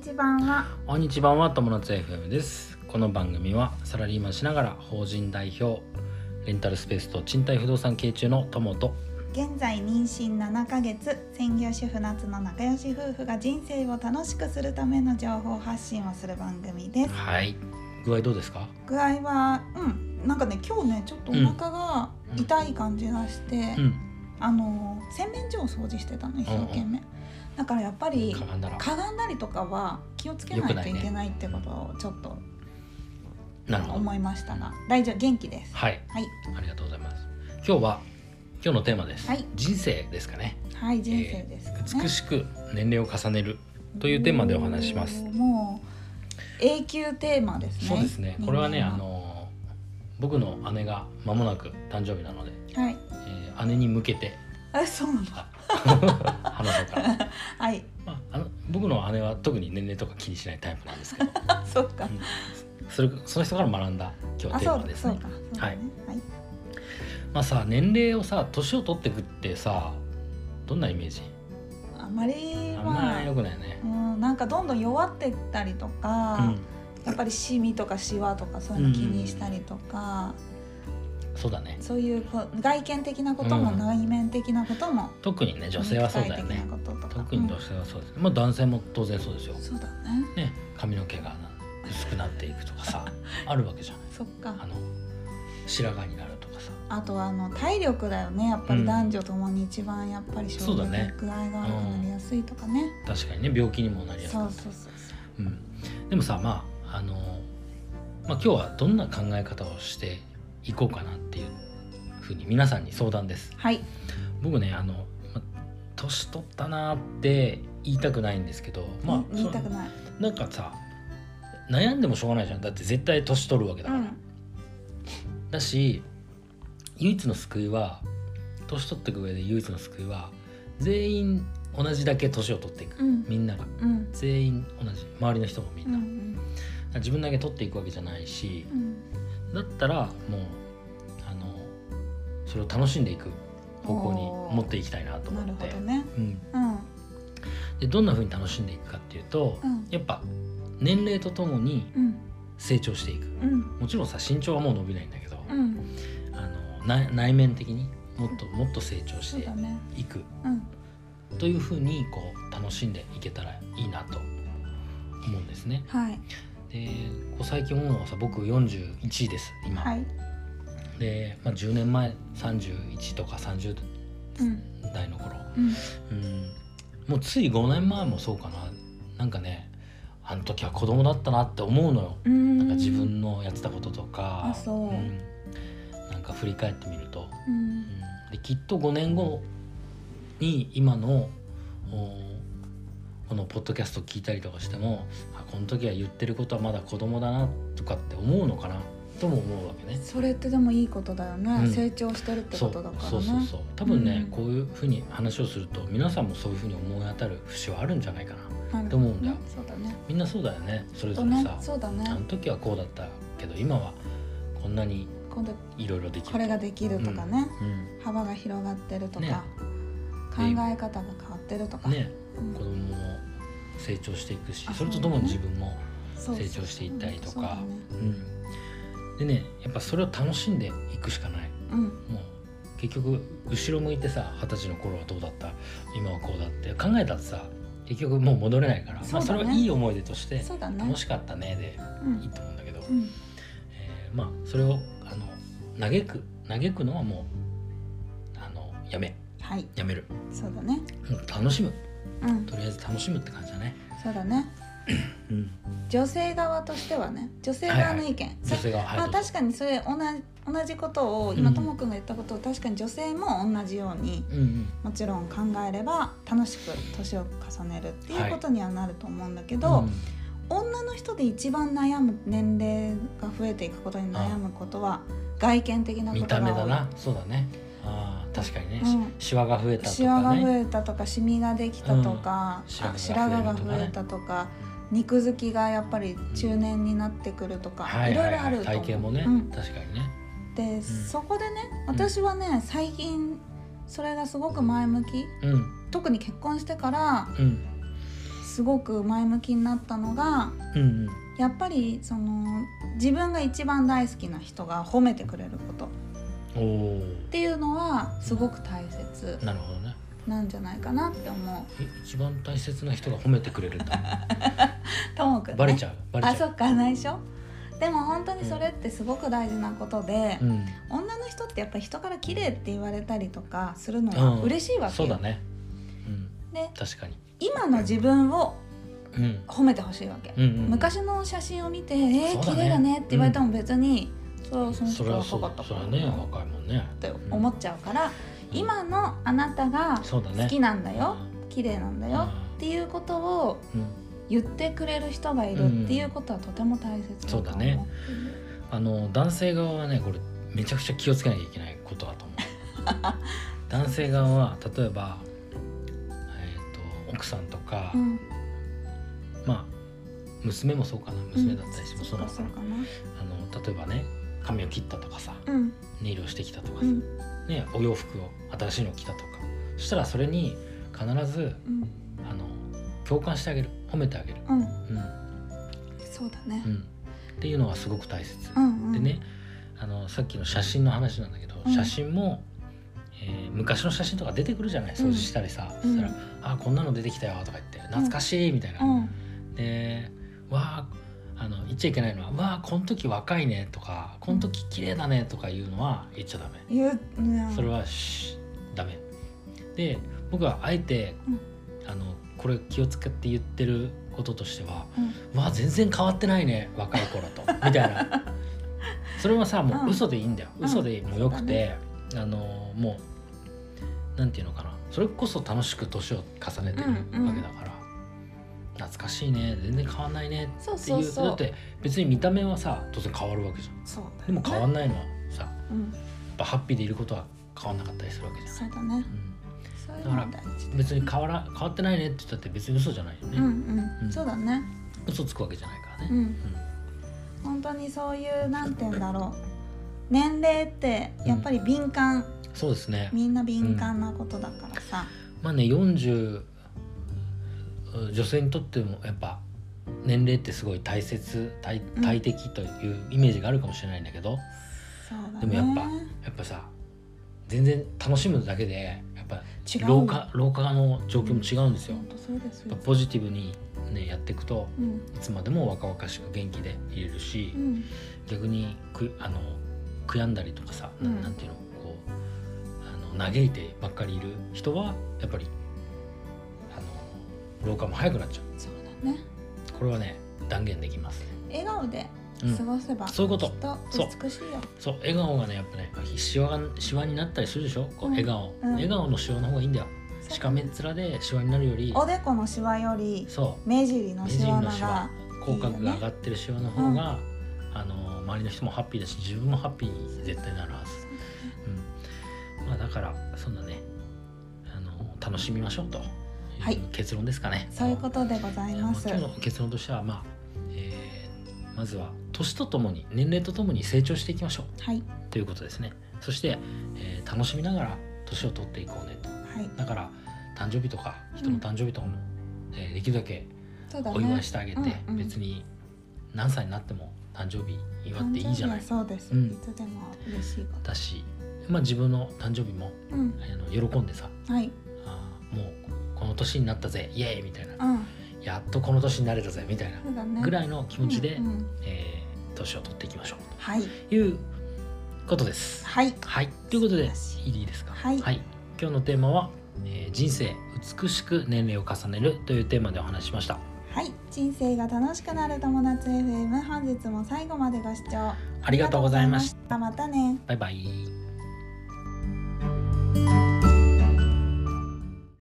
ち版はこんにちばんは友達 FM ですこの番組はサラリーマンしながら法人代表レンタルスペースと賃貸不動産系中の友と現在妊娠7ヶ月専業主婦夏の仲良し夫婦が人生を楽しくするための情報発信をする番組ですはい具合どうですか具合はうんなんかね今日ねちょっとお腹が痛い感じがして、うんあの洗面所を掃除してたの一生懸命、だからやっぱりかばんだらかがんだりとかは気をつけないといけないってことをちょっとなるほど思いましたが、大丈夫元気ですはいはいありがとうございます今日は今日のテーマです、はい人生ですかねはい人生ですかね、美しく年齢を重ねるというテーマでお話ししますおーもう永久テーマですねそうですねこれはねみんなあの僕の姉が間もなく誕生日なので、はいえー姉に向けてあそうなのあ話そうかな、はいまあ、あの僕の姉は特に年齢とか気にしないタイプなんですけどあそうかうんそれその人から学んだ今日あテそーうマでかすそうねかそうだねはいまあさ年齢をさ年を取ってくってさどんなイメージあんまりあんまり良はくないよねう、んなんかどんどん弱ってったりとうかん、やっぱりシミとかシワとかそういうの気にしたりとかそうだねそういうこう外見的なこともうん内面的なことも特にね女性はそうだよね肉体的なこととか特に女性はそうです、まあ男性も当然そうですようん、そうだねね、髪の毛が薄くなっていくとか さあるわけじゃないそっかあの白髪になるとかさあとはあの体力だよねやっぱり男女ともに一番やっぱりそうだね具合が悪くなりやすいとかね、確かにね病気にもなりやすい、そうそうそうそうん、でもさまああの、まあ、今日はどんな考え方をしていこうかなっていうふうに皆さんに相談ですうはい僕ねあの、まあ年取ったなーって言いたくないんですけどまあ言いたくない、そなんかさ悩んでもしょうがないじゃんだって絶対年取るわけだうから、ん、だし唯一の救いは年取っていく上で唯一の救いは全員同じだけ年を取っていく、うんみんながうん全員同じ周りの人もみうんんな、自分だけ取っていくわけじゃないしう、んだったらもうあのそれを楽しんでいく方向に持っていきたいなとうん思なっるてほどねうん、うんでどんな風に楽しんでいくかっていうと、うんやっぱ年齢とともにうん成長していくうんもちろんさ身長はもう伸びないんだけど、うんあの内内面的にもっともっと成長しそうてだねいくうんというふうにこう楽しんでいけたらいいなと思うんですね。はいでこう最近思うのはさ僕41です今。はいで、まあ、10年前31とか30うん代の頃うんうんもうつい5年前もそうかななんかねあの時は子供だったなって思うのよ。うんなんか自分のやってたこととかあそうなんか振り返ってみるとうんうんできっと5年後に今のおこのポッドキャスト聞いたりとかしてもあこの時は言ってることはまだ子供だなとかって思うのかなとも思うわけね。それってでもいいことだよね、うん成長してるってそことうだからねそうそうそう多分ね、うんこういうふうに話をすると皆さんもそういうふうに思い当たる節はあるんじゃないかななるほどねと思うんだよそうだねみんなそうだよねそれとぞれねさ、そうだねあの時はこうだったけど今はこんなに今度いろいろできるこれができるとかね、うん幅が広がってるとか、ね考え方が変わってるとか、ねうん子供も成長していくしあそれとともにそ自う分もそうそう成長していったりとかそうだねうん、でねやっぱそれを楽しんでいくしかないうんもう結局後ろ向いてさ二十歳の頃はどうだった今はこうだって考えたらさ結局もう戻れないからそうまあ、だそねれはいい思い出としてそうだね楽しかったねでういいんと思うんだけど、うんえーまあそれをあの嘆く嘆くのはもうあのやめはいやめるそうだねもう楽しむうんとりあえず楽しむって感じだね、そうだねうん、女性側としてはね女性側の意見、女さ性が入まある確かにそれ同じ同じことを今うんともくんが言ったことを確かに女性も同じようにうんうんもちろん考えれば楽しく年を重ねるっていうことにはなると思うんだけど、うん女の人で一番悩む年齢が増えていくことに悩むことは外見的なこ見とたが多い目だなそうだねあー確かにね、うんしシワが増えたとシワかが増ねえたとかシミができたとか、うんあ白白髪髪がが増増ええるとかねたとか肉付きがやっぱり中年になってくるとか、はいいろはいろあいるはと思いう体型もね、うん確かにねで、んそこでね私はね最近それがすごく前向きうん特に結婚してからうんすごく前向きになったのがうんやっぱりその自分が一番大好きな人が褒めてくれることっうんおていうのはすごく大切おなるほどねなんじゃないかなって思え一番大切な人が褒めてくれる んだうともくんねバレちゃうバレあちそゃうっか内緒でも本当にそれってすごく大事なことで、うん女の人ってやっぱり人から綺麗って言われたりとかするのは嬉しいわけよ、そうだねうんで確かに今の自分をうん褒めてほしいわけ、うんうん昔の写真を見て「えそー、うだ綺ね麗だね」って言われても別に、それはそのそ人れがはそ分うかったそかれはらね若いもんねって思っちゃうから、うん今のあなたがそうだね好きなんだよ、綺麗なんだだよっていうことを言ってくれる人がいるっていうことはとても大切だと思そうだねっていうあの男性側はねこれめちゃくちゃ気をつけなきゃいけないことだと 思う男性側は例えば、えー、と奥さんとか、うんまあ娘もそうかな娘だったりしてもそうなのかそうな、かなあの例えばね髪を切ったとかさうんネイルをしてきたとかうさ、んね、お洋服を新しいのを着たとかそしたらそれに必ずうんあの共感してあげる褒めてあげる、うんうんそうだねうん、っていうのがすごく大切。うんうんでねあのさっきの写真の話なんだけど、うん写真も、えー昔の写真とか出てくるじゃない掃除したりさ、うんそしたら「あこんなの出てきたよ」とか言って「懐かしい」みたいな。うんでわーあの言っちゃいけないのは「わあこの時若いね」とか「この時綺麗だね」とかいうのは言っちゃダメ。言ううんそれはしダメで僕はあえて、うんあのこれ気を使って言ってることとしてはうん「わあ全然変わってないね若い頃 と」みたいなそれはさもうんう嘘でいいんだよ、うん嘘でもよくそうだて、あのもうなんていうのかなそれこそ楽しく年を重ねてるわけだから、懐かしいね全然変わんないねそうっていそううそだっうて別に見た目はさ当然変わるわけじゃんそうだねでも変わんないのはさうんやっぱハッピーでいることは変わんなかったりするわけじゃんそうだねうそういうのが大事ん、別に変わら変わってないねって言ったって別に嘘じゃないよね、うんううんんそうだね嘘つくわけじゃないからうね、ん本当にそういうなんて言うんだろう年齢ってやっぱり敏感そうですねみんな敏感なことだからさまあね40女性にとってもやっぱ年齢ってすごい大切大うん大敵というイメージがあるかもしれないんだけど、そうだねでもやっぱやっぱさ全然楽しむだけでやっぱ違う老化老化の状況も違うんですよ、本当そうですやよっぱポジティブに、ね、やっていくとうんいつまでも若々しく元気でいれるし、うん逆にくあの悔やんだりとかさ、なうんなんていうのこうあの嘆いてばっかりいる人はやっぱりあの老化も早くなっちゃそうだねうこれはね断言できます、笑顔でうん過ごせばそういうこときっとそう美しいよそう笑顔がねやっぱねしわがしわになったりするでしょこううん笑顔、うん笑顔のしわの方がいいんだよしかめっ面でしわになるよりおでこのシワよりそ目尻うの目シ尻ワのなしわら口角が上がってるしわの方が、あの周りの人もハッピーだし自分もハッピーに絶対なるはずうん、まあだからそんなねあの楽しみましょうとはいいう結論ですかね。そういうことでございまあます今日の結論としては、まあえーまずは年とともに年齢とともに成長していきましょはい、うということですね。そして、えー楽しみながら年を取っていこうねと。はい、だから誕生日とか人の誕生日とかも、えーできるだけそうだねお祝いしてあげて、うんうん別に何歳になっても誕生日祝っていいじゃない誕生日はそうです、うんいつでも嬉しいこだし、まあ、自分の誕生日もとうんあの喜んでさはいあーもうこの年になったぜイエーイみたいなうんやっとこの年になれたぜみたいなそうだねぐいらいの気持ちで、うんうんえー年を取っていきましょうはいということです。はいはいということで素晴らいいですか、はい今日のテーマは、えー人生美しく年齢を重ねる」というテーマでお話ししました。はい人生が楽しくなる友達 FM 本日も最後までご視聴ありがとうございましたまたねバイバイ